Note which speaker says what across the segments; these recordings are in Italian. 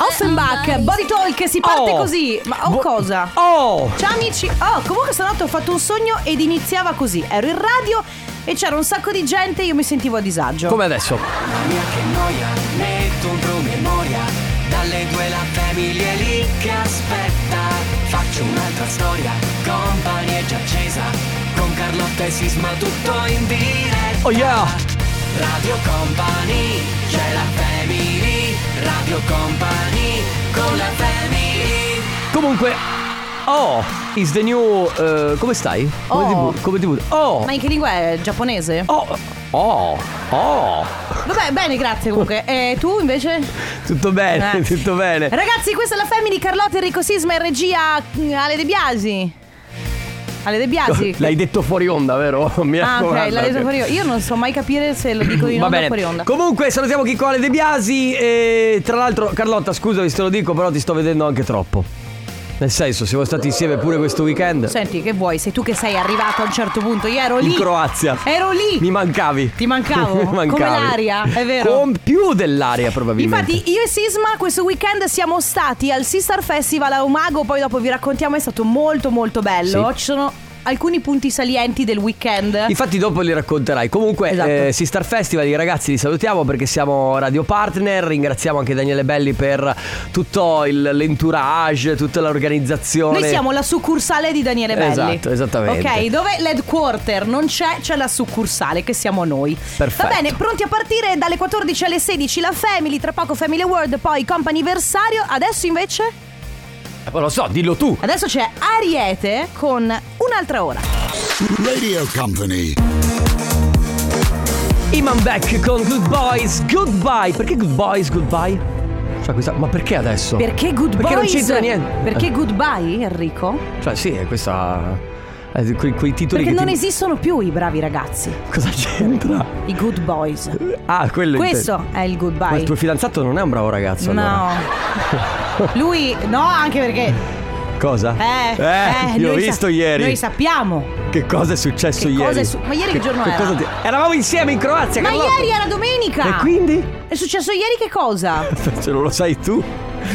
Speaker 1: Offenbach, Body Talk, si parte
Speaker 2: Oh.
Speaker 1: così. Ma oh,
Speaker 2: Bo-
Speaker 1: cosa?
Speaker 2: Oh!
Speaker 1: Ciao amici, oh comunque stanotte ho fatto un sogno ed iniziava così, ero in radio e c'era un sacco di gente e io mi sentivo a disagio.
Speaker 2: Come adesso?
Speaker 3: Mia che noia, metto un promemoria. Dalle due la famiglia è lì che aspetta. Faccio un'altra storia, company è già accesa. Con Carlotta e Sisma tutto in diretta.
Speaker 2: Oh yeah!
Speaker 3: Radio Company, c'è la family. Radio Company, con la family.
Speaker 2: Comunque, oh! Is the new. eh, come stai? Come
Speaker 1: Oh.
Speaker 2: ti, come ti Oh!
Speaker 1: Ma in che lingua è? Giapponese?
Speaker 2: Oh! Oh! Oh!
Speaker 1: Vabbè, bene, grazie comunque. E tu invece?
Speaker 2: Tutto bene,
Speaker 1: Eh.
Speaker 2: tutto bene.
Speaker 1: Ragazzi, questa è la Family Carlotta Enrico Sisma e regia mm, Ale De Biasi. Ale De Biasi.
Speaker 2: L'hai detto fuori onda, vero? Mi
Speaker 1: Ah, ok,
Speaker 2: raccomando.
Speaker 1: l'ha detto fuori onda. Io non so mai capire se lo dico in onda
Speaker 2: Va
Speaker 1: o
Speaker 2: bene.
Speaker 1: fuori onda.
Speaker 2: Comunque salutiamo Chicco Ale De Biasi e tra l'altro Carlotta, scusami se te lo dico, però ti sto vedendo anche troppo. Nel senso, siamo stati insieme pure questo weekend
Speaker 1: Senti, che vuoi? Sei tu che sei arrivato a un certo punto. Io ero
Speaker 2: in
Speaker 1: Cioè, lì.
Speaker 2: Croazia.
Speaker 1: Ero lì.
Speaker 2: Mi mancavi.
Speaker 1: Ti mancavo.
Speaker 2: Mi
Speaker 1: Come l'aria, è vero.
Speaker 2: Con più dell'aria probabilmente.
Speaker 1: Infatti io e Sisma questo weekend siamo stati al Sistar Festival a Umago, poi dopo vi raccontiamo, è stato molto molto bello.
Speaker 2: Sì.
Speaker 1: Ci sono alcuni punti salienti del weekend.
Speaker 2: Infatti dopo li racconterai. Comunque,
Speaker 1: Esatto.
Speaker 2: eh, Sistar Festival, i ragazzi li salutiamo perché siamo radio partner. Ringraziamo anche Daniele Belli per tutto il, l'entourage, tutta l'organizzazione.
Speaker 1: Noi siamo la succursale di Daniele Belli.
Speaker 2: Esatto, esattamente.
Speaker 1: Ok, dove l'headquarter non c'è, c'è la succursale che siamo noi.
Speaker 2: Perfetto.
Speaker 1: Va bene, pronti a partire dalle 14 alle 16 la Family, tra poco Family World, poi Companiversario. Adesso invece?
Speaker 2: Eh, Non lo so, dillo tu.
Speaker 1: Adesso c'è Ariete con un'altra ora.
Speaker 4: Radio Company.
Speaker 2: Iman Beck con Good Boys Goodbye. Perché Good Boys Goodbye? Cioè, questa- ma perché adesso?
Speaker 1: Perché Good
Speaker 2: Perché non
Speaker 1: Boys?
Speaker 2: c'entra niente.
Speaker 1: Perché Goodbye, Enrico?
Speaker 2: Cioè, sì, è questa. è di quei, quei titoli
Speaker 1: Perché
Speaker 2: che.
Speaker 1: non
Speaker 2: ti-
Speaker 1: esistono più i bravi ragazzi,
Speaker 2: Cosa c'entra?
Speaker 1: i good boys.
Speaker 2: Ah, quello
Speaker 1: Questo
Speaker 2: intendo.
Speaker 1: è il
Speaker 2: Ma il
Speaker 1: goodbye.
Speaker 2: tuo fidanzato non è un bravo ragazzo. allora.
Speaker 1: No. Lui no, anche perché
Speaker 2: Cosa?
Speaker 1: eh, eh,
Speaker 2: io ho
Speaker 1: noi sa-
Speaker 2: visto ieri.
Speaker 1: Noi sappiamo.
Speaker 2: Che cosa è successo
Speaker 1: Che
Speaker 2: ieri?
Speaker 1: cosa è su- ma ieri che giorno era?
Speaker 2: ti- Eravamo insieme in Croazia,
Speaker 1: Ma
Speaker 2: Carlotta.
Speaker 1: ieri era domenica.
Speaker 2: E quindi?
Speaker 1: È successo ieri che cosa?
Speaker 2: Se non lo sai tu.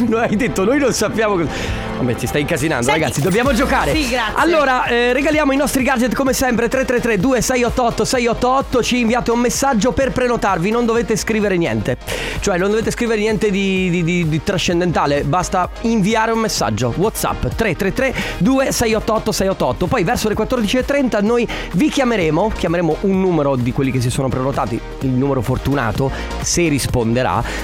Speaker 2: No, hai detto, noi non sappiamo cosa. Vabbè, ti stai incasinando,
Speaker 1: Senti-
Speaker 2: ragazzi. Dobbiamo giocare.
Speaker 1: Sì, grazie.
Speaker 2: Allora, eh, regaliamo i nostri gadget come sempre: 333-2688-688. Ci inviate un messaggio per prenotarvi. Non dovete scrivere niente. Cioè, non dovete scrivere niente di, di- di- di trascendentale. Basta inviare un messaggio. WhatsApp 333-2688-688. Poi, verso le 14.30, noi vi chiameremo. Chiameremo un numero di quelli che si sono prenotati. Il numero fortunato, se risponderà.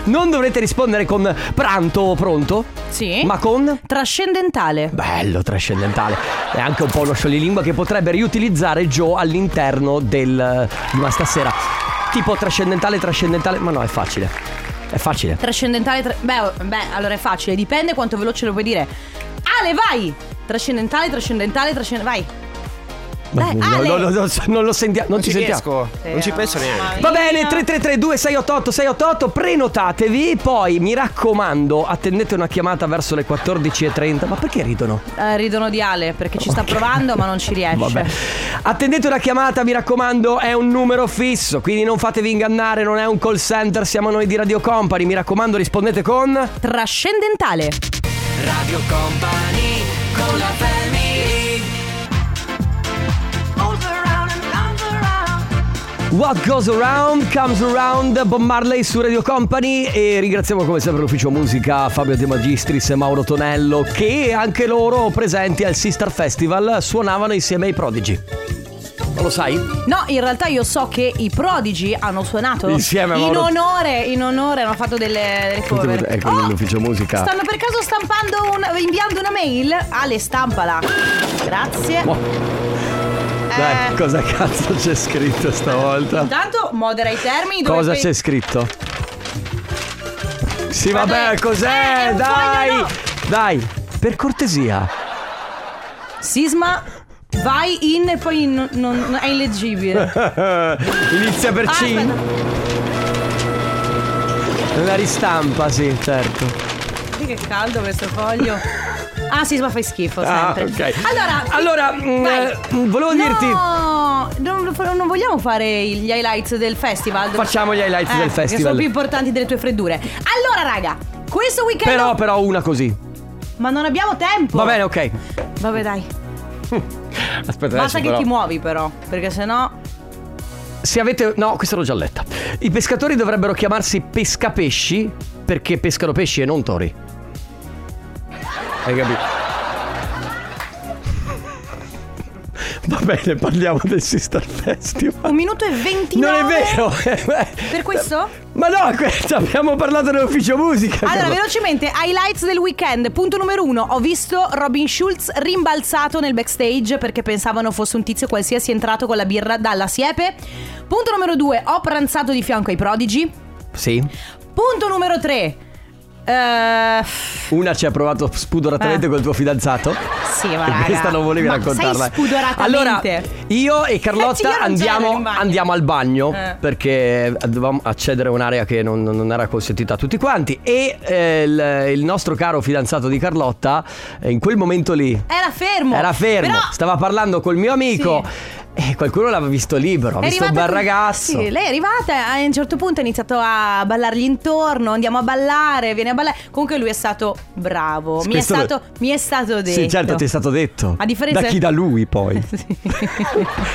Speaker 2: Non dovrete rispondere con pranto o pronto,
Speaker 1: Sì.
Speaker 2: ma con.
Speaker 1: Trascendentale.
Speaker 2: Bello, trascendentale. È anche un po' uno scioglilingua che potrebbe riutilizzare Joe all'interno del. di una stasera. Tipo trascendentale, trascendentale. Ma no, è facile. È facile.
Speaker 1: Trascendentale tra- beh, oh, beh, allora è facile, dipende quanto veloce lo puoi dire. Ale, vai! Trascendentale, trascendentale, trascendentale, vai. Dai,
Speaker 2: No,
Speaker 1: Ale!
Speaker 2: no, no, no, non lo sentiamo. Non, ci
Speaker 5: ci
Speaker 2: sentiamo. Eh,
Speaker 5: riesco,
Speaker 3: Eh,
Speaker 5: non ci penso neanche.
Speaker 2: Va bene, 333-2688-688, prenotatevi, poi mi raccomando, attendete una chiamata verso le 14.30. Ma perché ridono?
Speaker 1: Eh, ridono di Ale perché ci sta provando ma non ci riesce.
Speaker 2: Vabbè. Attendete una chiamata, mi raccomando, è un numero fisso, quindi non fatevi ingannare, non è un call center, siamo noi di Radio Company, mi raccomando rispondete con...
Speaker 1: Trascendentale.
Speaker 3: Radio Company, con la family.
Speaker 2: What goes around comes around, Bob Marley su Radio Company e ringraziamo come sempre l'ufficio musica Fabio De Magistris e Mauro Tonello che anche loro presenti al Sister Festival suonavano insieme ai Prodigy. Non lo sai?
Speaker 1: No, in realtà io so che i Prodigy hanno suonato
Speaker 2: Insieme a
Speaker 1: in
Speaker 2: Mauro-
Speaker 1: onore, in onore hanno fatto delle, delle cover. Oh,
Speaker 2: Ecco, nell'ufficio musica.
Speaker 1: Stanno per caso stampando un, inviando una mail? Ale, stampala. Grazie.
Speaker 2: Wow. Oh, Dai,
Speaker 1: Eh.
Speaker 2: cosa cazzo c'è scritto stavolta?
Speaker 1: Intanto modera i termini dove
Speaker 2: Cosa
Speaker 1: puoi-
Speaker 2: c'è scritto? Sì,
Speaker 1: Ma
Speaker 2: vabbè,
Speaker 1: dai, eh, è
Speaker 2: cos'è?
Speaker 1: un
Speaker 2: Dai!
Speaker 1: foglio, no.
Speaker 2: Dai, per cortesia.
Speaker 1: Sisma vai in e poi in- non, non- è illeggibile. Ah,
Speaker 2: Inizia per C.
Speaker 1: Aspetta,
Speaker 2: La ristampa, sì, certo.
Speaker 1: Sì, che caldo questo foglio. Ah, Sisma fai schifo
Speaker 2: Ah,
Speaker 1: sempre.
Speaker 2: ok.
Speaker 1: Allora,
Speaker 2: Allora, mm,
Speaker 1: vai.
Speaker 2: eh, volevo dirti
Speaker 1: No, non, non vogliamo fare gli highlights del festival.
Speaker 2: Facciamo gli highlights
Speaker 1: Eh,
Speaker 2: del
Speaker 1: Che sono
Speaker 2: festival.
Speaker 1: più importanti delle tue freddure. Allora, raga, Questo weekend.
Speaker 2: Però, però una così.
Speaker 1: Ma non abbiamo tempo.
Speaker 2: Va bene, ok.
Speaker 1: Vabbè, dai.
Speaker 2: Aspetta, adesso
Speaker 1: Basta che
Speaker 2: però.
Speaker 1: ti muovi, però. Perché sennò.
Speaker 2: Se avete. No, questa l'ho già letta. I pescatori dovrebbero chiamarsi pescapesci perché pescano pesci e non tori. Hai capito? Va bene, parliamo del Sister Festival.
Speaker 1: Un minuto e 29
Speaker 2: Non è vero!
Speaker 1: Per questo?
Speaker 2: Ma no, questo abbiamo parlato nell'ufficio musica.
Speaker 1: Allora,
Speaker 2: Carlo.
Speaker 1: velocemente, highlights del weekend. Punto numero uno: ho visto Robin Schulz rimbalzato nel backstage perché pensavano fosse un tizio qualsiasi entrato con la birra dalla siepe. Punto numero due: ho pranzato di fianco ai prodigi.
Speaker 2: Sì.
Speaker 1: Punto numero tre: eh,
Speaker 2: Una ci ha provato spudoratamente
Speaker 1: Ah.
Speaker 2: col tuo fidanzato.
Speaker 1: Sì, ma
Speaker 2: E
Speaker 1: raga,
Speaker 2: questa non volevi
Speaker 1: ma
Speaker 2: raccontarla.
Speaker 1: Sei spudoratamente.
Speaker 2: Allora, io e Carlotta
Speaker 1: Io non c'ero
Speaker 2: andiamo,
Speaker 1: in bagno.
Speaker 2: andiamo al bagno
Speaker 1: Eh.
Speaker 2: perché dovevamo accedere a un'area che non, non era consentita a tutti quanti. E eh, il, il nostro caro fidanzato di Carlotta, eh, in quel momento lì,
Speaker 1: Era fermo.
Speaker 2: era fermo,
Speaker 1: Però
Speaker 2: stava parlando col mio amico. E qualcuno l'aveva visto libero, ha
Speaker 1: è
Speaker 2: visto un
Speaker 1: arrivata
Speaker 2: bel
Speaker 1: con-
Speaker 2: ragazzo.
Speaker 1: Sì, lei è arrivata e a un certo punto ha iniziato a ballargli intorno. Andiamo a ballare, viene a ballare. Comunque lui è stato bravo. Mi è
Speaker 2: Spesso lo-
Speaker 1: stato, mi è stato detto.
Speaker 2: Sì, certo, ti è stato detto.
Speaker 1: A differenza-
Speaker 2: Da chi da lui poi.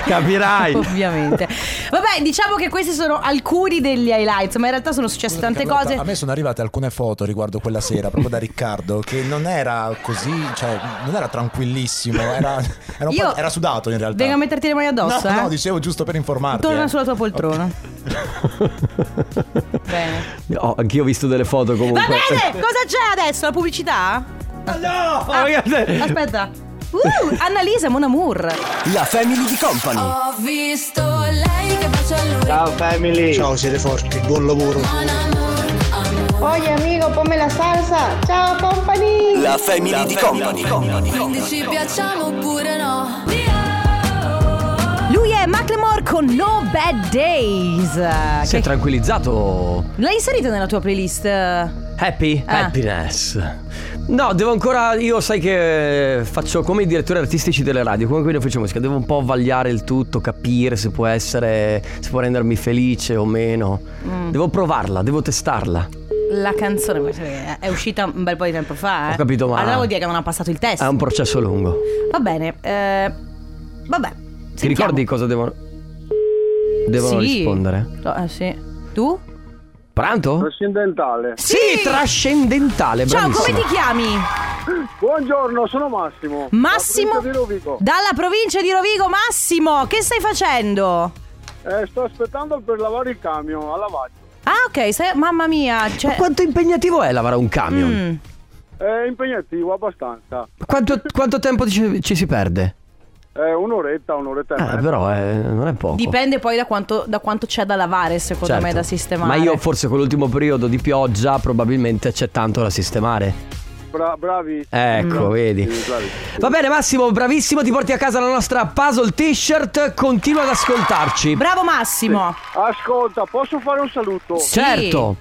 Speaker 2: Capirai.
Speaker 1: Ovviamente. Vabbè, diciamo che questi sono alcuni degli highlights, ma in realtà sono successe tante
Speaker 5: Carlotta,
Speaker 1: cose.
Speaker 5: A me sono arrivate alcune foto riguardo quella sera, proprio da Riccardo, che non era così, cioè, non era tranquillissimo, era, era un
Speaker 1: Io-
Speaker 5: po', era sudato in realtà.
Speaker 1: Venga a metterti le mani addosso,
Speaker 5: no,
Speaker 1: eh.
Speaker 5: no, dicevo giusto per informarti.
Speaker 1: Torna
Speaker 5: eh.
Speaker 1: sulla tua poltrona. Bene.
Speaker 2: Oh, anch'io ho visto delle foto comunque.
Speaker 1: Va bene, cosa c'è adesso? La pubblicità?
Speaker 2: Oh,
Speaker 1: Ah.
Speaker 2: ragazzi.
Speaker 1: Aspetta. Uh, Annalisa Mon Amour.
Speaker 2: La family di company.
Speaker 6: Ho visto lei che bacia lui. Ciao family. Ciao, siete forti. Buon lavoro.
Speaker 7: Oye amigo, ponme la salsa. Ciao company.
Speaker 8: La family di company.
Speaker 6: Quindi ci piacciamo oppure no?
Speaker 1: Lui è Macklemore con No Bad Days.
Speaker 2: Si è
Speaker 1: Che-
Speaker 2: tranquillizzato.
Speaker 1: L'hai inserito nella tua playlist? Eh,
Speaker 2: Happy?
Speaker 1: Ah.
Speaker 2: Happiness. No, devo ancora. Io sai che faccio come i direttori artistici delle radio, come quelli che faccio musica, devo un po' vagliare il tutto, capire se può essere. se può rendermi felice o meno.
Speaker 1: Mm.
Speaker 2: Devo provarla, devo testarla.
Speaker 1: La canzone eh, è uscita un bel po' di tempo fa. eh.
Speaker 2: Ho capito, ma-
Speaker 1: Allora vuol dire che non ha passato il test.
Speaker 2: È un processo lungo.
Speaker 1: Va bene. eh, vabbè.
Speaker 2: Ti ricordi cosa devono. devono
Speaker 1: Sì.
Speaker 2: rispondere?
Speaker 1: Eh, sì. Tu?
Speaker 2: Pranto?
Speaker 9: Trascendentale.
Speaker 1: Sì!
Speaker 2: trascendentale,
Speaker 1: Ciao,
Speaker 2: bravissima.
Speaker 1: come ti chiami?
Speaker 9: Buongiorno, sono Massimo.
Speaker 1: Massimo.
Speaker 9: La provincia di Rovigo.
Speaker 1: Dalla provincia di Rovigo, Massimo, che stai facendo?
Speaker 9: Eh, sto aspettando per lavare il camion a lavaggio.
Speaker 1: Ah, ok, stai- mamma mia,
Speaker 2: Ma
Speaker 1: cioè
Speaker 2: quanto impegnativo è lavorare un camion?
Speaker 1: Mm.
Speaker 9: È impegnativo abbastanza.
Speaker 2: Quanto, quanto tempo ci, ci si perde?
Speaker 9: È un'oretta, un'oretta e
Speaker 2: Eh,
Speaker 9: mezza.
Speaker 2: però eh, non è poco.
Speaker 1: dipende poi da quanto, da quanto c'è da lavare, secondo
Speaker 2: Certo.
Speaker 1: me, da sistemare.
Speaker 2: Ma io forse con l'ultimo periodo di pioggia probabilmente c'è tanto da sistemare.
Speaker 9: Bra- bravi.
Speaker 1: Mm.
Speaker 2: Ecco, vedi.
Speaker 9: Sì, bravi.
Speaker 2: Va bene Massimo, bravissimo, ti porti a casa la nostra puzzle t-shirt, continua ad ascoltarci.
Speaker 1: Bravo Massimo.
Speaker 9: Ascolta, posso fare un saluto?
Speaker 1: Sì.
Speaker 2: Certo.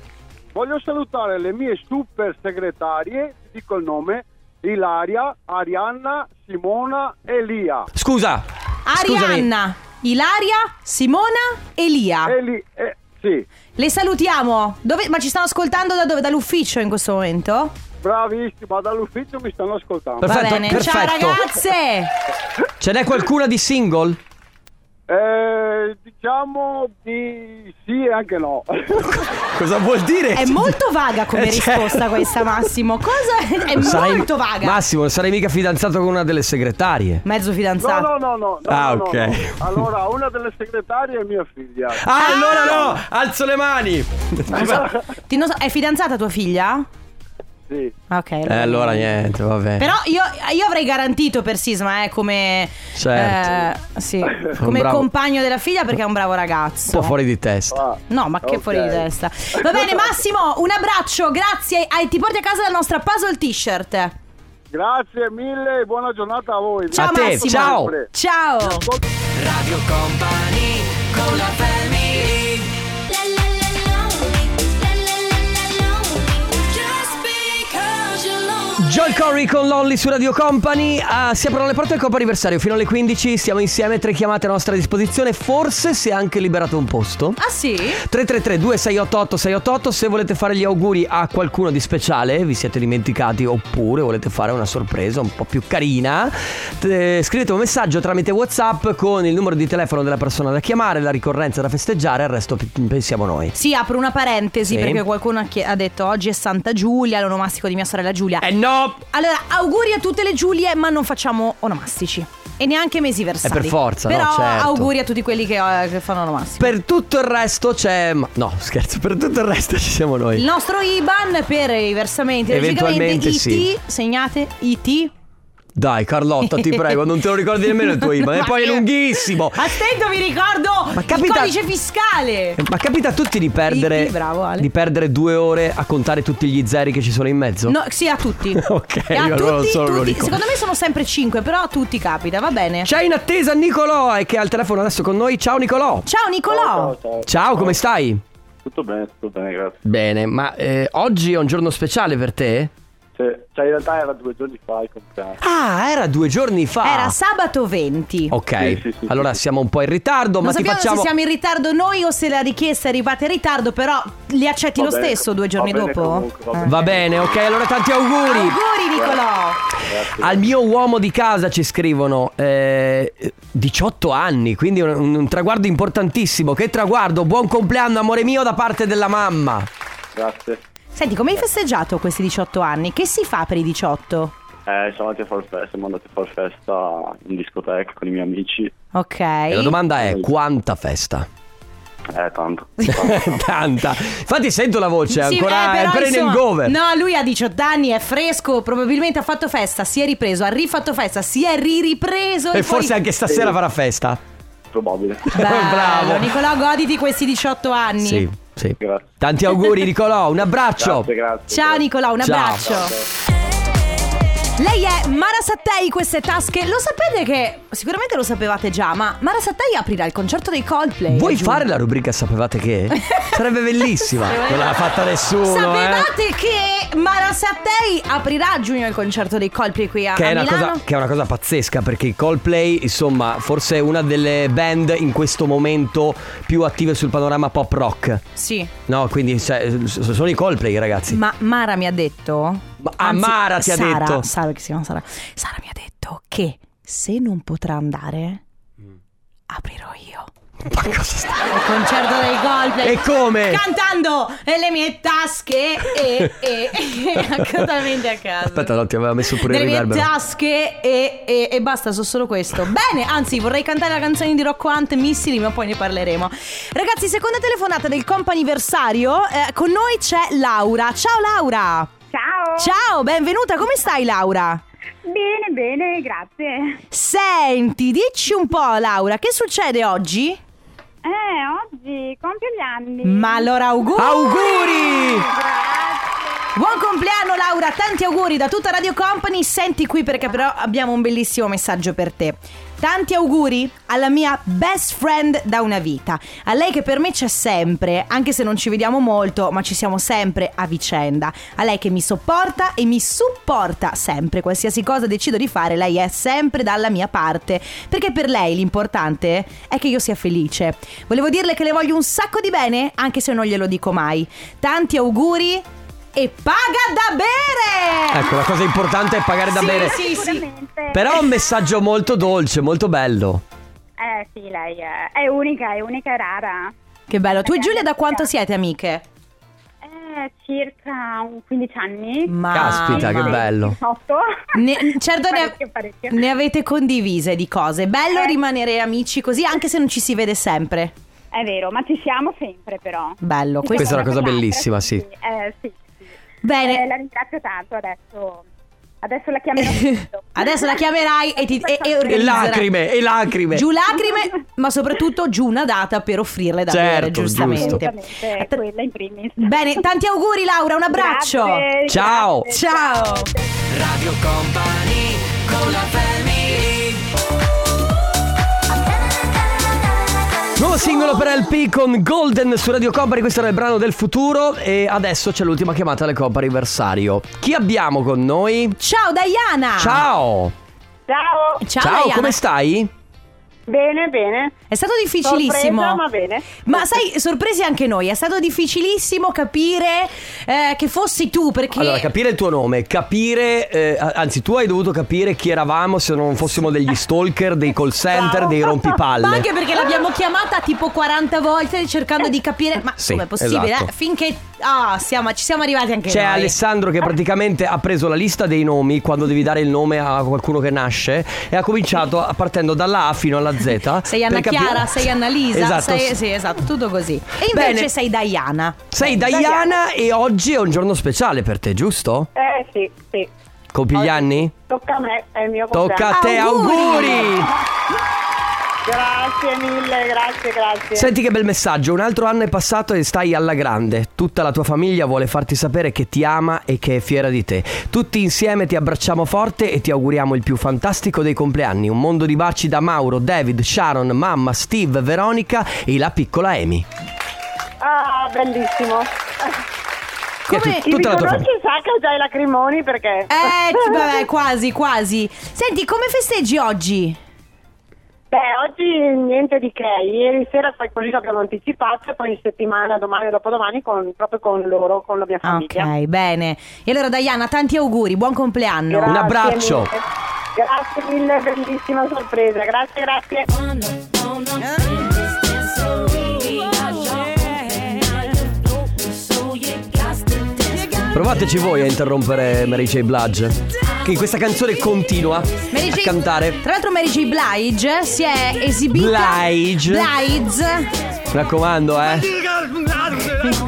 Speaker 9: Voglio salutare le mie super segretarie, ti dico il nome, Ilaria, Arianna, Simona e Lia.
Speaker 2: Scusa. Scusami.
Speaker 1: Arianna, Ilaria, Simona,
Speaker 2: Ah.
Speaker 1: Elia.
Speaker 9: E lì, eh, sì,
Speaker 1: Le salutiamo. Dove- ma ci stanno ascoltando da dove? Dall'ufficio in questo momento?
Speaker 9: bravissima, dall'ufficio mi stanno ascoltando.
Speaker 1: Va
Speaker 2: Perfetto,
Speaker 1: bene. Ciao
Speaker 2: perfetto.
Speaker 1: ragazze.
Speaker 2: Ce n'è qualcuna di single?
Speaker 9: Eh, diciamo di sì e anche no.
Speaker 2: Cosa vuol dire?
Speaker 1: È molto vaga come
Speaker 2: Eh, certo.
Speaker 1: risposta questa Massimo. Cosa è
Speaker 2: Sarai-
Speaker 1: molto vaga.
Speaker 2: Massimo, non sarei mica fidanzato con una delle segretarie.
Speaker 1: Mezzo
Speaker 9: No,
Speaker 1: fidanzato.
Speaker 9: no, no, no. no,
Speaker 2: Ah,
Speaker 9: no, no,
Speaker 2: ok.
Speaker 9: no. Allora, una delle segretarie è mia figlia.
Speaker 2: Ah, allora no, alzo le mani.
Speaker 1: Eh, Ti- non so- è fidanzata tua figlia?
Speaker 9: Sì.
Speaker 1: Ok.
Speaker 2: Eh, allora niente, vabbè.
Speaker 1: Però io, io avrei garantito per Sisma, eh, come,
Speaker 2: Certo.
Speaker 1: eh, sì, come
Speaker 2: bravo-
Speaker 1: compagno della figlia perché è un bravo
Speaker 2: Un
Speaker 1: ragazzo.
Speaker 2: po' fuori di testa.
Speaker 9: Ah,
Speaker 1: No, ma che
Speaker 9: ok.
Speaker 1: fuori di testa. Va bene, Massimo, un abbraccio, grazie. e ti porti a casa la nostra puzzle t-shirt.
Speaker 9: Grazie mille e buona giornata a voi.
Speaker 1: Ciao,
Speaker 8: Ah,
Speaker 2: A te,
Speaker 1: Massimo.
Speaker 2: ciao.
Speaker 1: Ciao.
Speaker 3: Radio Company con la family
Speaker 6: Just because you know.
Speaker 2: Joel Corey con Lolly su Radio Company. Ah, si aprono le porte al Coppa anniversario fino alle 15. Siamo insieme, tre chiamate a nostra disposizione. Forse si è anche liberato un posto.
Speaker 1: Ah sì?
Speaker 2: 333 2688 688 se volete fare gli auguri a qualcuno di speciale, vi siete dimenticati oppure volete fare una sorpresa un po' più carina, te- scrivete un messaggio tramite WhatsApp con il numero di telefono della persona da chiamare, la ricorrenza da festeggiare, il resto pi- pensiamo noi.
Speaker 1: Sì, apro una parentesi
Speaker 2: Sì.
Speaker 1: perché qualcuno ha, chie- ha detto oggi è Santa Giulia, l'onomastico di mia sorella Giulia.
Speaker 2: Eh no!
Speaker 1: Allora, auguri a tutte le Giulie, ma non facciamo onomastici. E neanche mesi versali.
Speaker 2: Eh, per forza, no,
Speaker 1: Però
Speaker 2: certo.
Speaker 1: auguri a tutti quelli che, eh, che fanno onomastico.
Speaker 2: Per tutto il resto c'è... ma- No, scherzo, per tutto il resto ci siamo noi.
Speaker 1: Il nostro IBAN per i versamenti.
Speaker 2: Eventualmente
Speaker 1: logicamente, IT,
Speaker 2: sì.
Speaker 1: segnate IT.
Speaker 2: Dai Carlotta, ti prego, non te lo ricordi nemmeno il tuo IBAN. E
Speaker 1: Ma
Speaker 2: poi è
Speaker 1: che-
Speaker 2: lunghissimo.
Speaker 1: Attento, vi ricordo
Speaker 2: Ma
Speaker 1: il
Speaker 2: capita-
Speaker 1: codice fiscale.
Speaker 2: Ma capita a tutti di perdere,
Speaker 1: Sì, sì, bravo, Ale.
Speaker 2: di perdere due ore a contare tutti gli zeri che ci sono in mezzo?
Speaker 1: No, sì, a tutti.
Speaker 2: Ok,
Speaker 1: E a
Speaker 2: io
Speaker 1: tutti,
Speaker 2: non sono
Speaker 1: tutti.
Speaker 2: l'unico.
Speaker 1: Secondo me sono sempre 5, però a tutti capita, va bene.
Speaker 2: C'è in attesa Nicolò eh, che è al telefono adesso con noi. Ciao Nicolò.
Speaker 1: Ciao Nicolò.
Speaker 2: Ciao, come stai?
Speaker 8: Tutto bene, tutto bene, grazie.
Speaker 2: Bene, ma eh, oggi è un giorno speciale per te?
Speaker 8: Cioè, cioè, in realtà era due giorni fa il compleanno.
Speaker 2: Ah, era due giorni fa.
Speaker 1: Era sabato 20.
Speaker 2: Ok,
Speaker 8: Sì, sì, sì,
Speaker 2: allora
Speaker 8: sì.
Speaker 2: siamo un po' in ritardo,
Speaker 1: Non
Speaker 2: Oh, ma ti
Speaker 1: sappiamo
Speaker 2: facciamo...
Speaker 1: se siamo in ritardo noi o se la richiesta è arrivata in ritardo, però li accetti
Speaker 8: Va
Speaker 1: lo
Speaker 8: bene,
Speaker 1: stesso due giorni
Speaker 8: va bene
Speaker 1: dopo?
Speaker 8: comunque, va bene.
Speaker 2: Va bene, ok, allora tanti
Speaker 1: Eh.
Speaker 2: auguri.
Speaker 1: Auguri Nicolò.
Speaker 2: Al mio uomo di casa ci scrivono eh, 18 anni, quindi un, un traguardo importantissimo. Che traguardo! Buon compleanno, amore mio, da parte della mamma.
Speaker 8: Grazie.
Speaker 1: Senti, come hai festeggiato questi 18 anni? Che si fa per i 18?
Speaker 8: Eh, siamo andati a far festa, siamo andati a far festa in discoteca con i miei amici.
Speaker 1: Ok.
Speaker 2: E la domanda è: quanta festa?
Speaker 8: Eh, tanto.
Speaker 2: Tanta. Infatti, sento la voce, è
Speaker 1: Sì, eh,
Speaker 2: ancora, è
Speaker 1: però,
Speaker 2: ancora in
Speaker 1: insomma,
Speaker 2: hangover.
Speaker 1: No, lui ha 18 anni, è fresco, probabilmente ha fatto festa, si è ripreso, ha rifatto festa, si è riripreso
Speaker 2: E
Speaker 1: e poi-
Speaker 2: forse anche stasera farà festa.
Speaker 8: Probabile.
Speaker 1: Bello,
Speaker 2: Bravo.
Speaker 1: Nicolò, goditi questi 18 anni.
Speaker 2: Sì, sì.
Speaker 8: Grazie.
Speaker 2: Tanti auguri, Nicolò. Un abbraccio.
Speaker 8: Grazie, grazie.
Speaker 1: Ciao Nicolò, un
Speaker 2: Ciao.
Speaker 1: abbraccio. Lei è Mara Sattei, queste tasche. Lo sapete che sicuramente lo sapevate già, ma Mara Sattei aprirà il concerto dei Coldplay.
Speaker 2: Vuoi
Speaker 1: a giugno.
Speaker 2: fare la rubrica Sapevate che? Sarebbe bellissima. Non l'ha fatta nessuno. eh.
Speaker 1: Sapevate che Mara Sattei aprirà a giugno il concerto dei Coldplay qui a,
Speaker 2: Che
Speaker 1: a
Speaker 2: è, una
Speaker 1: Milano?
Speaker 2: cosa, che è una cosa pazzesca perché i Coldplay, insomma, forse è una delle band in questo momento più attive sul panorama pop rock.
Speaker 1: Sì.
Speaker 2: No, quindi cioè, s- sono i Coldplay, ragazzi.
Speaker 1: Ma Mara mi ha detto.
Speaker 2: Ma- ah, Mara ti ha
Speaker 1: Sara,
Speaker 2: detto.
Speaker 1: Sara, che si chiama Sara. Sara mi ha detto che se non potrà andare, aprirò io.
Speaker 2: Mm. Ma cosa sta?
Speaker 1: Il concerto dei Coldplay.
Speaker 2: E come?
Speaker 1: Cantando nelle mie tasche e, e, e accantamento a casa.
Speaker 2: Aspetta, no, ti aveva messo pure
Speaker 1: Nelle
Speaker 2: il
Speaker 1: mie
Speaker 2: riverbero.
Speaker 1: tasche e, e- e basta, so solo questo. Bene, anzi, vorrei cantare la canzone di Rocco Hunt, Missili, ma poi ne parleremo. Ragazzi, seconda telefonata del comp'anniversario. eh, con noi c'è Laura. Ciao Laura!
Speaker 10: Ciao.
Speaker 1: Ciao, benvenuta, come stai Laura?
Speaker 10: Bene, bene, grazie.
Speaker 1: Senti, dici un po' Laura, che succede oggi?
Speaker 10: Eh, oggi compio gli anni.
Speaker 1: Ma allora auguri!
Speaker 2: Auguri!
Speaker 1: Buon compleanno Laura, tanti auguri da tutta Radio Company. Senti qui perché però abbiamo un bellissimo messaggio per te. Tanti auguri alla mia best friend da una vita, a lei che per me c'è sempre, anche se non ci vediamo molto, ma ci siamo sempre a vicenda, a lei che mi sopporta e mi supporta sempre, qualsiasi cosa decido di fare, lei è sempre dalla mia parte, perché per lei l'importante è che io sia felice. Volevo dirle che le voglio un sacco di bene, anche se non glielo dico mai. Tanti auguri e paga da bere!
Speaker 2: Ecco, la cosa importante è pagare da
Speaker 1: Sì,
Speaker 2: bere.
Speaker 1: sì, sì.
Speaker 10: Eh, Sicuramente.
Speaker 2: Però è un messaggio molto dolce, molto bello.
Speaker 10: Eh sì, lei è, è unica, è unica e rara.
Speaker 1: Che bello. Tu e Giulia da quanto siete amiche?
Speaker 10: Eh, circa un 15 anni.
Speaker 1: Ma-
Speaker 2: Caspita, che
Speaker 1: ma-
Speaker 2: bello.
Speaker 10: 18.
Speaker 1: Ne- certo
Speaker 10: Parecchio,
Speaker 1: ne,
Speaker 10: parecchio.
Speaker 1: ne avete condivise di cose. Bello
Speaker 10: Eh.
Speaker 1: rimanere amici così anche se non ci si vede sempre.
Speaker 10: È vero, ma ci siamo sempre però.
Speaker 1: Bello,
Speaker 10: Ci
Speaker 1: questo-
Speaker 2: Questa è una cosa
Speaker 10: sempre
Speaker 2: bellissima,
Speaker 10: l'altra,
Speaker 2: sì.
Speaker 10: Eh, sì, sì. Eh,
Speaker 1: Bene.
Speaker 10: la ringrazio tanto adesso. Adesso la chiamerò. subito.
Speaker 1: Adesso la chiamerai e ti- e- e
Speaker 2: E
Speaker 1: organizzi-
Speaker 2: lacrime, e lacrime.
Speaker 1: Giù lacrime, ma soprattutto giù una data per offrirle da bere,
Speaker 2: Certo, giusto.
Speaker 1: giustamente.
Speaker 10: Assolutamente,
Speaker 1: Att-
Speaker 10: quella in primis.
Speaker 1: Bene, tanti auguri Laura, un abbraccio.
Speaker 10: Grazie,
Speaker 2: Ciao.
Speaker 10: grazie.
Speaker 1: Ciao.
Speaker 3: Radio Company con la family
Speaker 2: Nuovo singolo per LP con Golden su Radio Company, questo era il brano del futuro e adesso c'è l'ultima chiamata alle Company Versario. Chi abbiamo con noi?
Speaker 1: Ciao Diana!
Speaker 2: Ciao!
Speaker 10: Ciao.
Speaker 1: Ah. Ciao,
Speaker 2: Ciao,
Speaker 1: Diana.
Speaker 2: come stai?
Speaker 10: Bene, bene.
Speaker 1: È stato difficilissimo.
Speaker 10: Sorpresa, ma bene.
Speaker 1: Ma sai, sorpresi anche noi, è stato difficilissimo capire eh, che fossi tu perché...
Speaker 2: Allora, capire il tuo nome, capire, eh, anzi tu hai dovuto capire chi eravamo se non fossimo degli stalker, dei call center, dei rompipalle.
Speaker 1: Ma anche perché l'abbiamo chiamata tipo 40 volte cercando di capire... Ma
Speaker 2: Sì,
Speaker 1: com'è possibile?
Speaker 2: esatto.
Speaker 1: eh? Finché... Ah, siamo- ci siamo arrivati anche
Speaker 2: C'è
Speaker 1: noi.
Speaker 2: Alessandro che praticamente ha preso la lista dei nomi quando devi dare il nome a qualcuno che nasce e ha cominciato a- partendo dalla A fino alla Z.
Speaker 1: Sei Anna
Speaker 2: per capi-
Speaker 1: Chiara, sei Annalisa,
Speaker 2: Esatto.
Speaker 1: sei, sì, esatto, tutto così. E invece
Speaker 2: Bene.
Speaker 1: sei Diana.
Speaker 2: Sei Diana e oggi è un giorno speciale per te, giusto?
Speaker 10: Eh sì, sì.
Speaker 2: Compi gli anni?
Speaker 10: Tocca a me, è il mio
Speaker 2: Tocca a te,
Speaker 1: Auguri!
Speaker 2: auguri!
Speaker 10: Grazie mille, grazie, grazie.
Speaker 2: Senti che bel messaggio, un altro anno è passato e stai alla grande. Tutta la tua famiglia vuole farti sapere che ti ama e che è fiera di te. Tutti insieme ti abbracciamo forte e ti auguriamo il più fantastico dei compleanni. Un mondo di baci da Mauro, David, Sharon, mamma, Steve, Veronica e la piccola Amy.
Speaker 10: Ah, bellissimo.
Speaker 2: Che è
Speaker 1: Come-
Speaker 2: tut-
Speaker 10: Chi mi
Speaker 2: tutta la tua famiglia.
Speaker 10: conosce sa che ho già i lacrimoni perché...
Speaker 1: Eh, ci- vabbè, quasi, quasi. Senti, come festeggi oggi?
Speaker 10: Beh, oggi niente di che. Ieri sera poi così l'abbiamo anticipato e poi in settimana, domani e dopodomani, con, proprio con loro, con la mia famiglia.
Speaker 1: Ok, bene. E allora, Diana, tanti auguri, buon compleanno.
Speaker 10: Grazie
Speaker 2: Un abbraccio.
Speaker 10: mille. Grazie mille, bellissima sorpresa. Grazie, grazie.
Speaker 2: Provateci voi a interrompere Mary J. Blige, che in questa canzone continua
Speaker 1: Mary
Speaker 2: a
Speaker 1: J-
Speaker 2: cantare.
Speaker 1: Tra l'altro, Mary J. Blige si è esibita.
Speaker 2: Blige.
Speaker 1: Blige.
Speaker 2: Mi raccomando, eh.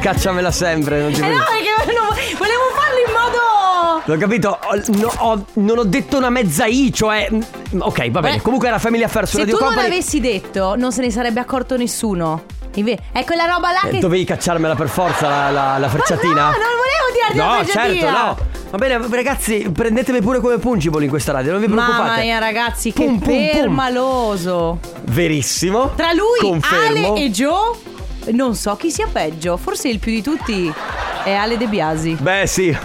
Speaker 2: Cacciamela sempre, non ti
Speaker 1: Eh no,
Speaker 2: preoccupare.
Speaker 1: perché non- volevo farlo in modo.
Speaker 2: L'ho capito, ho- no, ho- non ho detto una mezza I, cioè. mm, Ok, va bene.
Speaker 1: Beh,
Speaker 2: Comunque era Family Affairs su
Speaker 1: Se
Speaker 2: Radio
Speaker 1: tu non
Speaker 2: Company.
Speaker 1: l'avessi detto, non se ne sarebbe accorto nessuno. Inve- è quella roba là
Speaker 2: Eh,
Speaker 1: che.
Speaker 2: Dovevi cacciarmela per forza la, la, la frecciatina?
Speaker 1: Ma no, non volevo dirti la
Speaker 2: No, certo,
Speaker 1: frecciatina.
Speaker 2: no. Va bene, ragazzi, prendetemi pure come pungiboli in questa radio, non vi preoccupate.
Speaker 1: Mamma mia, ragazzi, che
Speaker 2: Pum, pum, pum.
Speaker 1: permaloso.
Speaker 2: Verissimo.
Speaker 1: Tra lui,
Speaker 2: Confermo.
Speaker 1: Ale e Joe, non so chi sia peggio. Forse il più di tutti è Ale De Biasi.
Speaker 2: Beh, sì.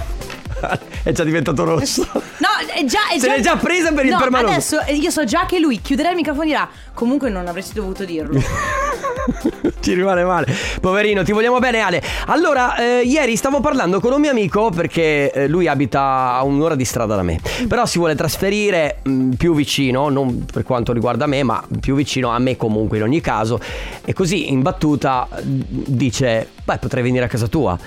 Speaker 2: è già diventato rosso.
Speaker 1: No, è già. È
Speaker 2: Se l'è già presa per il
Speaker 1: No,
Speaker 2: permaloso.
Speaker 1: Adesso eh, io so già che lui chiuderà il microfono e dirà: Comunque non avresti dovuto dirlo.
Speaker 2: Ci rimane male. Poverino, ti vogliamo bene Ale. Allora, eh, ieri stavo parlando con un mio amico perché eh, lui abita a un'ora di strada da me. Però si vuole trasferire mh, più vicino, non per quanto riguarda me, ma più vicino a me comunque in ogni caso. E così in battuta mh, dice, beh potrei venire a casa tua.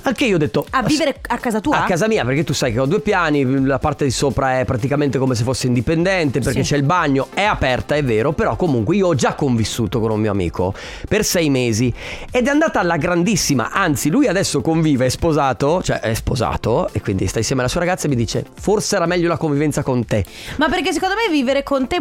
Speaker 2: Anche io ho detto...
Speaker 1: Mm. A vivere a casa tua?
Speaker 2: A casa mia, perché tu sai che ho due piani, la parte di sopra è praticamente come se fosse indipendente, perché
Speaker 1: Sì.
Speaker 2: c'è il bagno, è aperta, è vero, però comunque io ho già convissuto con un mio amico per sei mesi ed è andata alla grandissima, anzi lui adesso convive, è sposato, cioè è sposato e quindi sta insieme alla sua ragazza e mi dice forse era meglio la convivenza con te.
Speaker 1: Ma perché secondo me vivere con te,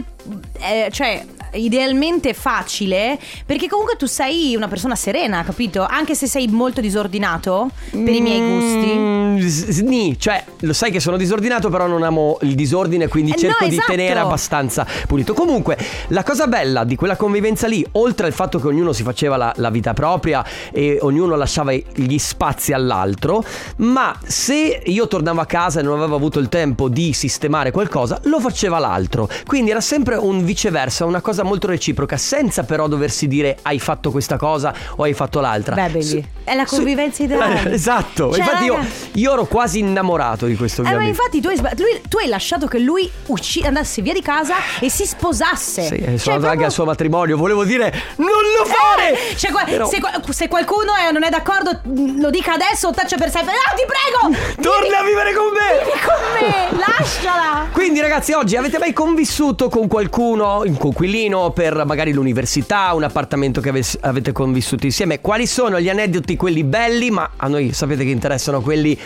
Speaker 1: eh, cioè, idealmente è facile, perché comunque tu sei una persona serena, capito? Anche se sei molto disordinato, per i miei gusti.
Speaker 2: Mm, s- s- nì, cioè lo sai che sono disordinato però non amo il disordine quindi
Speaker 1: Eh, no,
Speaker 2: cerco
Speaker 1: esatto.
Speaker 2: di tenere abbastanza pulito. Comunque la cosa bella di quella convivenza lì, oltre al fatto che ognuno si faceva la, la vita propria e ognuno lasciava i- gli spazi all'altro, ma se io tornavo a casa e non avevo avuto il tempo di sistemare qualcosa, lo faceva l'altro. Quindi era sempre un viceversa, una cosa molto reciproca, senza però doversi dire hai fatto questa cosa o hai fatto l'altra.
Speaker 1: Beh, belli.
Speaker 2: Sì.
Speaker 1: È la
Speaker 2: Sì.
Speaker 1: convivenza ideale.
Speaker 2: Eh, Esatto.
Speaker 1: Cioè,
Speaker 2: infatti, io,
Speaker 1: raga.
Speaker 2: io ero quasi innamorato di questo
Speaker 1: Eh,
Speaker 2: mio
Speaker 1: ma
Speaker 2: amico.
Speaker 1: infatti tu hai, sba- lui- tu hai lasciato che lui usci- andasse via di casa e si sposasse.
Speaker 2: Sì, eh, sono
Speaker 1: Cioè,
Speaker 2: andato anche
Speaker 1: proprio-
Speaker 2: al suo matrimonio. Volevo dire, non lo fare!
Speaker 1: Eh, cioè, qua-
Speaker 2: Però-
Speaker 1: se, qua- se qualcuno eh, non è d'accordo, mh, lo dica adesso o taccia per sempre. No, ti prego!
Speaker 2: Torna a vivere con me!
Speaker 1: Vieni con me! Lasciala!
Speaker 2: Quindi ragazzi oggi avete mai convissuto con qualcuno, un conquilino per magari l'università, un appartamento che aves- avete convissuto insieme? Quali sono gli aneddoti, quelli belli, ma a noi sapete che interessano quelli,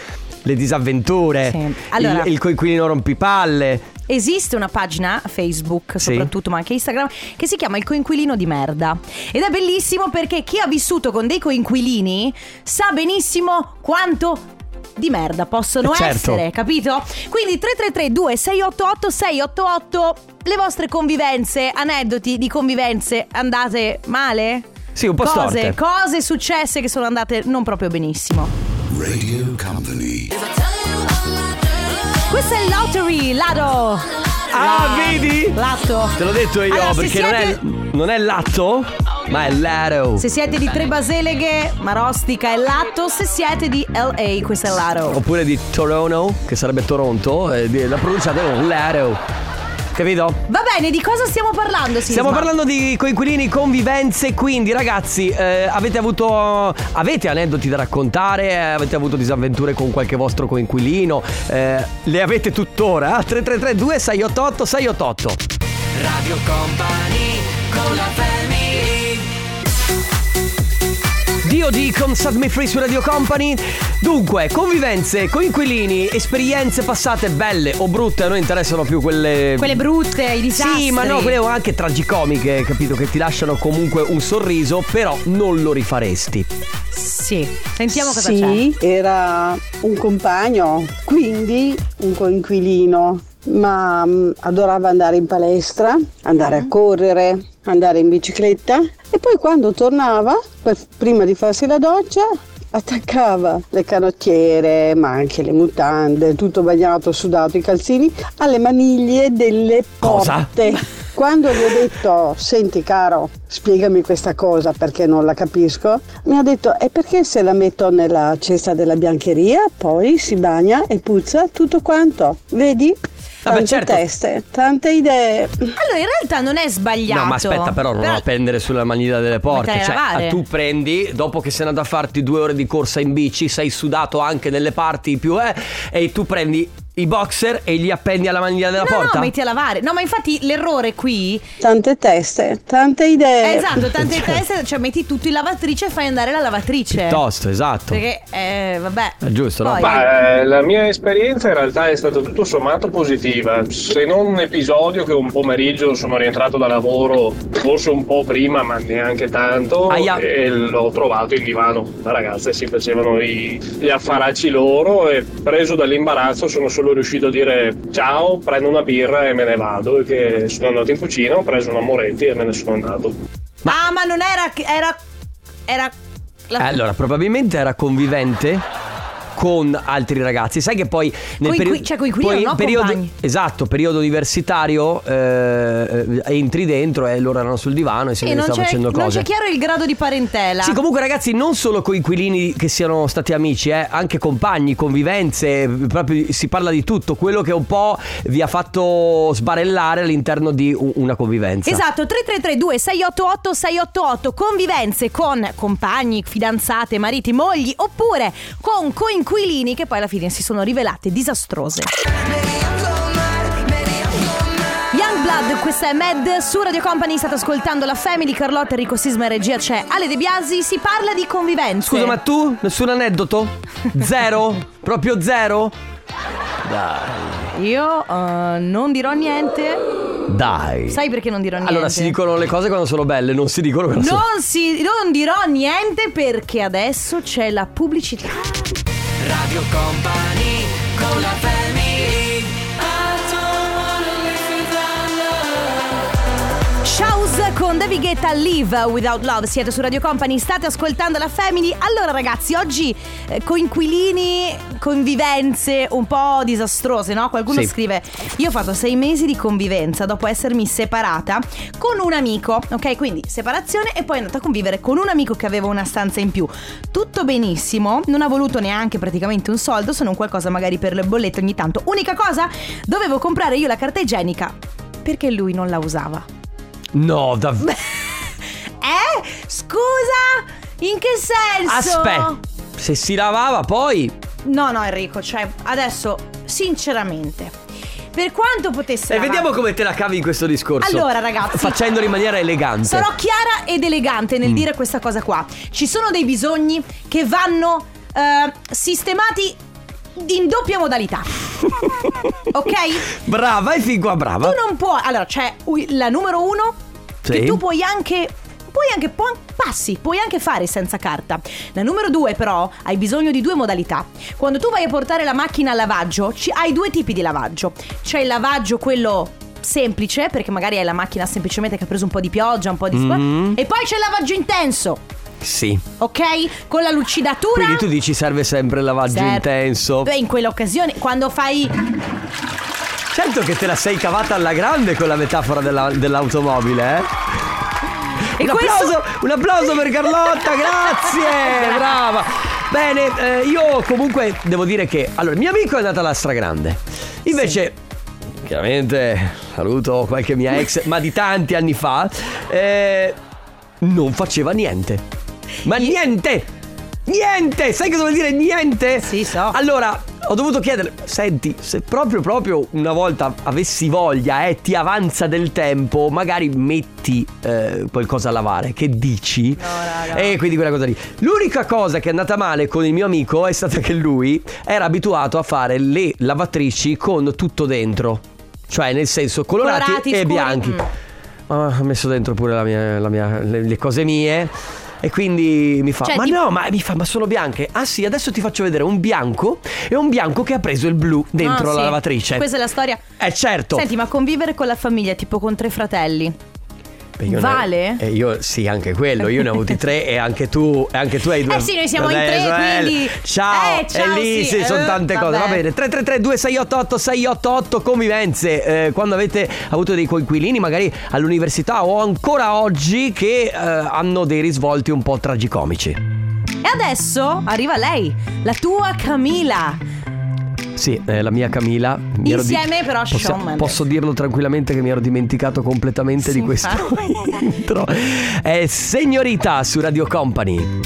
Speaker 2: le disavventure,
Speaker 1: Sì. Allora-
Speaker 2: il, il coinquilino rompipalle.
Speaker 1: Esiste una pagina Facebook, soprattutto, ma anche Instagram, che si chiama Il coinquilino di merda. Ed è bellissimo perché chi ha vissuto con dei coinquilini sa benissimo quanto di merda possono
Speaker 2: Eh, certo.
Speaker 1: essere, capito? Quindi 333 2688 688 le vostre convivenze, aneddoti di convivenze andate male?
Speaker 2: Sì, un po'
Speaker 1: Cose,
Speaker 2: storte.
Speaker 1: cose successe che sono andate non proprio benissimo.
Speaker 11: Radio Company.
Speaker 1: Questa è Lottery, Lado.
Speaker 2: Ah, vedi?
Speaker 1: Latto.
Speaker 2: Te l'ho detto io,
Speaker 1: Allora, se
Speaker 2: perché
Speaker 1: siete-
Speaker 2: non, è, non è latto, ma è lato.
Speaker 1: Se siete di Tre Baseleghe, Marostica e Latto, se siete di LA, questo è Laro.
Speaker 2: Oppure di Toronto, che sarebbe Toronto, e di- la pronunciate con lato. Capito?
Speaker 1: Va bene, di cosa stiamo parlando? Sisma?
Speaker 2: Stiamo parlando di coinquilini, convivenze, quindi ragazzi eh, avete avuto avete aneddoti da raccontare, eh, avete avuto disavventure con qualche vostro coinquilino, eh, le avete tuttora? 3332 688 688
Speaker 12: Radio Company con la family
Speaker 2: Dio di Come Set Me Free su Radio Company. Dunque, convivenze, coinquilini, esperienze passate belle o brutte, a noi interessano più quelle...
Speaker 1: Quelle brutte, i disastri.
Speaker 2: Sì, ma no, quelle anche tragicomiche, capito? Che ti lasciano comunque un sorriso, però non lo rifaresti.
Speaker 1: Sì, sentiamo cosa c'è.
Speaker 10: sì, era un compagno, quindi un coinquilino, ma mh, adorava andare in palestra, andare
Speaker 1: Ah.
Speaker 10: a correre, andare in bicicletta e poi quando tornava, per- prima di farsi la doccia, attaccava le canottiere, ma anche le mutande, tutto bagnato, sudato, i calzini, alle maniglie delle
Speaker 2: Cosa?
Speaker 10: porte. Quando gli ho detto, senti caro, spiegami questa cosa perché non la capisco, mi ha detto, e perché se la metto nella cesta della biancheria, poi si bagna e puzza tutto quanto? Vedi? Tante
Speaker 2: certo.
Speaker 10: teste, tante idee.
Speaker 1: Allora, in realtà non è sbagliato.
Speaker 2: No, ma aspetta, però non appendere sulla maniglia delle porte.
Speaker 1: Mettere a
Speaker 2: Cioè,
Speaker 1: lavare.
Speaker 2: ah, tu prendi, dopo che sei andato a farti due ore di corsa in bici, sei sudato anche nelle parti più, eh, e tu prendi i boxer e li appendi alla maniglia della
Speaker 1: No,
Speaker 2: porta.
Speaker 1: no, metti a lavare. No, ma infatti l'errore qui
Speaker 10: Tante teste, tante idee.
Speaker 1: Eh, Esatto, tante teste, cioè metti tutto in lavatrice e fai andare la lavatrice.
Speaker 2: Certo. Piuttosto, esatto.
Speaker 1: Perché, eh, vabbè.
Speaker 2: È giusto, no?
Speaker 1: Poi-
Speaker 9: Ma eh, la mia esperienza in realtà è stata tutto sommato positiva, se non un episodio che un pomeriggio sono rientrato da lavoro, forse un po' prima, ma neanche tanto,
Speaker 2: Aia.
Speaker 9: e l'ho trovato in divano. Le ragazze si facevano i- gli affaracci loro e preso dall'imbarazzo sono solo riuscito a dire ciao, prendo una birra e me ne vado, e che sono andato in cucina, ho preso una Moretti e me ne sono andato.
Speaker 1: Ah, ma non era. che- Era. Era. la-
Speaker 2: Eh, Allora, probabilmente era convivente con altri ragazzi. Sai che poi nel
Speaker 1: Coi-
Speaker 2: periodo
Speaker 1: qui- cioè, coinquilino, no,
Speaker 2: periodo
Speaker 1: compagni.
Speaker 2: esatto, periodo universitario eh, eh, entri dentro e loro erano sul divano e si
Speaker 1: Sì, eh, non
Speaker 2: stavano
Speaker 1: c'è,
Speaker 2: facendo
Speaker 1: non
Speaker 2: cose.
Speaker 1: c'è chiaro il grado di parentela.
Speaker 2: Sì, comunque ragazzi, non solo coinquilini che siano stati amici, eh, anche compagni, convivenze, proprio si parla di tutto, quello che un po' vi ha fatto sbarellare all'interno di u- una convivenza.
Speaker 1: Esatto, 3332 688 688 convivenze con compagni, fidanzate, mariti, mogli oppure con coinquilini che poi alla fine si sono rivelate disastrose. Youngblood, questa è Mad su Radio Company, state ascoltando la Family, Carlotta, Enrico Sisma e regia c'è Ale De Biasi, si parla di convivenze.
Speaker 2: Scusa, ma tu nessun aneddoto? Zero? Proprio zero? Dai.
Speaker 1: Io eh, non dirò niente.
Speaker 2: Dai.
Speaker 1: Sai perché non dirò niente?
Speaker 2: allora si dicono le cose quando sono belle, non si dicono quando sono...
Speaker 1: Non, si, non dirò niente perché adesso c'è la pubblicità.
Speaker 12: Radio Company con la family I don't wanna live without
Speaker 1: Shouse con David Guetta Live Without Love. Siete su Radio Company, state ascoltando la Family. Allora ragazzi, oggi eh, coinquilini, convivenze un po' disastrose, no? Qualcuno
Speaker 13: Sì.
Speaker 1: scrive, io ho fatto sei mesi di convivenza dopo essermi separata con un amico, ok? Quindi separazione e poi è andata a convivere con un amico che aveva una stanza in più. Tutto benissimo, non ha voluto neanche praticamente un soldo, se non qualcosa magari per le bollette ogni tanto. Unica cosa, dovevo comprare io la carta igienica perché lui non la usava.
Speaker 2: No, davvero...
Speaker 1: Eh? Scusa? In che senso?
Speaker 2: Aspetta. Se si lavava poi...
Speaker 1: No, no, Enrico, cioè, adesso, sinceramente, per quanto potesse.
Speaker 2: E Eh, vediamo come te la cavi in questo discorso.
Speaker 1: Allora, ragazzi.
Speaker 2: Facendolo in maniera elegante.
Speaker 1: Sarò chiara ed elegante nel
Speaker 2: Mm.
Speaker 1: dire questa cosa qua. Ci sono dei bisogni che vanno eh, sistemati in doppia modalità. ok?
Speaker 2: Brava e fin qua brava.
Speaker 1: Tu non puoi. Allora, c'è u- la numero uno.
Speaker 2: Sì.
Speaker 1: Che tu puoi anche. Puoi anche. pu- passi, puoi anche fare senza carta. La numero due, però, hai bisogno di due modalità. Quando tu vai a portare la macchina al lavaggio, ci- hai due tipi di lavaggio. C'è il lavaggio, quello semplice, perché magari hai la macchina semplicemente che ha preso un po' di pioggia, un po' di...
Speaker 2: Mhm.
Speaker 1: E poi c'è il lavaggio intenso,
Speaker 2: Sì.
Speaker 1: ok? Con la lucidatura...
Speaker 2: Quindi tu dici serve sempre il lavaggio
Speaker 1: Serve.
Speaker 2: intenso.
Speaker 1: Beh, in quell'occasione, quando fai...
Speaker 2: Certo che te la sei cavata alla grande con la metafora della- dell'automobile, eh?
Speaker 1: E
Speaker 2: un,
Speaker 1: questo-
Speaker 2: applauso, un applauso per Carlotta, grazie, brava. Bene, eh, io comunque devo dire che... Allora, il mio amico è andato alla stragrande. Invece, chiaramente, saluto qualche mia ex, ma di tanti anni fa, eh, non faceva niente. Ma niente! Niente! Sai cosa vuol dire niente? Sì, so. Allora, ho dovuto chiedere, senti, se proprio proprio una volta avessi voglia e ti avanza del tempo, magari metti eh, qualcosa a lavare, che dici? E quindi quella cosa lì. L'unica cosa che è andata male con il mio amico è stata che lui era abituato a fare le lavatrici con tutto dentro. Cioè, nel senso, colorati,
Speaker 1: Colorati,
Speaker 2: e
Speaker 1: scuri,
Speaker 2: bianchi.
Speaker 1: mm.
Speaker 2: Ma ha Ah, messo dentro pure la mia- la mia- le, le cose mie. E quindi mi fa:
Speaker 1: Cioè,
Speaker 2: Ma
Speaker 1: di-
Speaker 2: no, ma mi fa, ma sono bianche. Ah sì, adesso ti faccio vedere un bianco e un bianco che ha preso il blu dentro
Speaker 1: Ah,
Speaker 2: la
Speaker 1: sì.
Speaker 2: lavatrice.
Speaker 1: Questa è la storia.
Speaker 2: Eh certo.
Speaker 1: Senti, ma convivere con la famiglia, tipo con tre fratelli,
Speaker 2: Beh, io ne-
Speaker 1: vale?
Speaker 2: eh, io sì, anche quello. Io ne ho avuti tre e anche tu, e anche tu hai due.
Speaker 1: Eh sì, noi siamo in
Speaker 2: Vabbè,
Speaker 1: tre,
Speaker 2: sorelle.
Speaker 1: quindi-
Speaker 2: Ciao.
Speaker 1: Eh, ciao,
Speaker 2: e lì
Speaker 1: sì,
Speaker 2: sì,
Speaker 1: eh,
Speaker 2: sono tante cose. Va
Speaker 1: vabbè.
Speaker 2: bene. 333 2688 688 convivenze. Eh, quando avete avuto dei coinquilini, magari all'università o ancora oggi, che eh, hanno dei risvolti un po' tragicomici.
Speaker 1: E adesso arriva lei, la tua Camila.
Speaker 2: Sì, eh, la mia Camila. mi ero
Speaker 1: Insieme però a
Speaker 2: Possi-
Speaker 1: Shawn Mendes.
Speaker 2: Posso dirlo tranquillamente che mi ero dimenticato completamente di questo intro. È Signorita su Radio Company.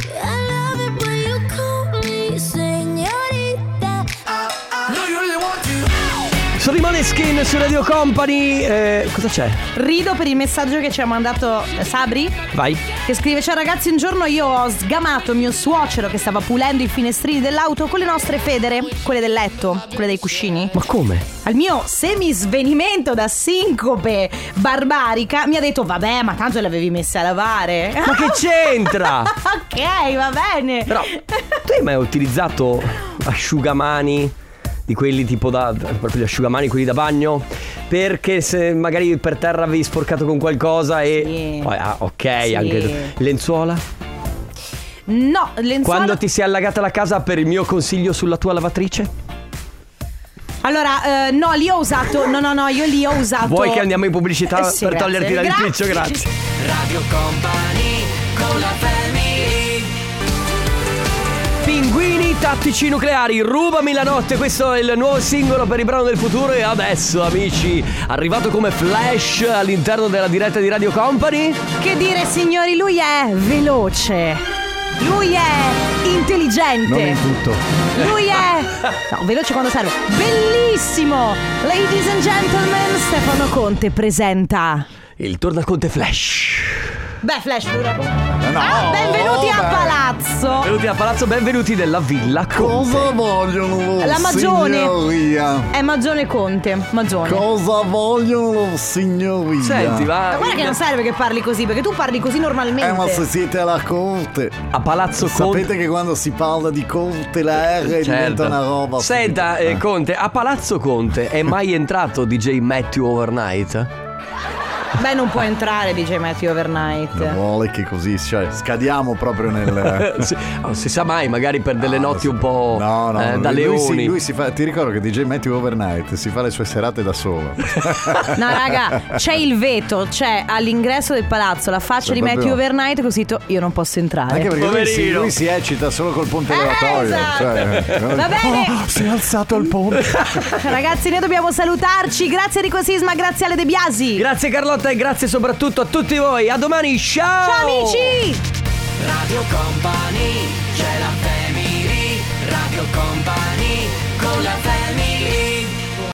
Speaker 2: Sono i Maneskin su Radio Company. Eh, cosa c'è?
Speaker 1: Rido per il messaggio che ci ha mandato eh, Sabri.
Speaker 2: Vai.
Speaker 1: Che scrive: Ciao ragazzi, un giorno io ho sgamato mio suocero che stava pulendo i finestrini dell'auto con le nostre federe, quelle del letto, quelle dei cuscini.
Speaker 2: Ma come?
Speaker 1: Al mio semisvenimento da sincope barbarica mi ha detto: Vabbè, ma tanto le avevi messe a lavare.
Speaker 2: Ma che c'entra?
Speaker 1: ok, va bene.
Speaker 2: Però tu hai mai utilizzato asciugamani di quelli tipo da proprio gli asciugamani quelli da bagno perché se magari per terra avevi sporcato con qualcosa e Oh, ah, ok
Speaker 1: Sì.
Speaker 2: anche lenzuola
Speaker 1: No, lenzuola.
Speaker 2: quando ti sei allagata la casa per il mio consiglio sulla tua lavatrice
Speaker 1: Allora, eh, no, lì ho usato. No, no, no, io lì ho usato.
Speaker 2: vuoi che andiamo in pubblicità
Speaker 1: Eh sì,
Speaker 2: per
Speaker 1: grazie.
Speaker 2: toglierti dall'impiccio
Speaker 1: Grazie.
Speaker 2: grazie
Speaker 3: Radio Company con la family
Speaker 2: Pinguini tattici nucleari, rubami la notte, questo è il nuovo singolo per il brano del futuro e adesso amici, arrivato come flash all'interno della diretta di Radio Company.
Speaker 1: Che dire, signori, lui è veloce. Lui è intelligente.
Speaker 2: tutto.
Speaker 1: Lui è. No, veloce quando serve. Bellissimo! Ladies and gentlemen, Stefano Conte presenta.
Speaker 2: Il tornaconte flash.
Speaker 1: Beh, Flash pure. Ah, benvenuti
Speaker 14: Oh,
Speaker 1: a Palazzo.
Speaker 2: Benvenuti a Palazzo, benvenuti nella Villa Conte.
Speaker 14: Cosa vogliono?
Speaker 1: La Magione.
Speaker 14: Oh, Signoria.
Speaker 1: È Magione Conte. Magione.
Speaker 14: Cosa vogliono, signoria?
Speaker 2: Senti, va.
Speaker 1: Ma guarda che non serve che parli così, perché tu parli così normalmente.
Speaker 14: Eh, ma se siete alla corte.
Speaker 2: A Palazzo
Speaker 14: Conte. Sapete che quando si parla di corte la R diventa una roba.
Speaker 2: Certo. Senta, eh, Conte, a Palazzo Conte è mai entrato DJ Matthew Overnight?
Speaker 1: Beh, non può entrare, dice Matthew Overnight.
Speaker 14: Non vuole che così, cioè, scadiamo proprio nel.
Speaker 2: Sì, non si sa mai, magari per delle notti un po'
Speaker 14: No, no,
Speaker 2: eh,
Speaker 14: lui-
Speaker 2: da
Speaker 14: lui,
Speaker 2: leoni.
Speaker 14: si- lui si fa, ti ricordo che DJ Matthew Overnight si fa le sue serate da solo.
Speaker 1: No, raga, c'è il veto, c'è all'ingresso del palazzo la
Speaker 14: Sì,
Speaker 1: faccia di
Speaker 14: proprio.
Speaker 1: Matthew Overnight così to- io non posso entrare.
Speaker 14: Anche perché lui si, lui si eccita solo col ponte elevatorio.
Speaker 1: esatto.
Speaker 14: Cioè,
Speaker 1: Va bene.
Speaker 14: Oh, Eh, si è alzato il ponte.
Speaker 1: Ragazzi, noi dobbiamo salutarci. Grazie Enrico Sisma, grazie Ale De Biasi.
Speaker 2: Grazie Carlotta e grazie soprattutto a tutti voi. A domani, ciao!
Speaker 1: Ciao amici!
Speaker 3: Radio Company c'è la family Radio Company con la family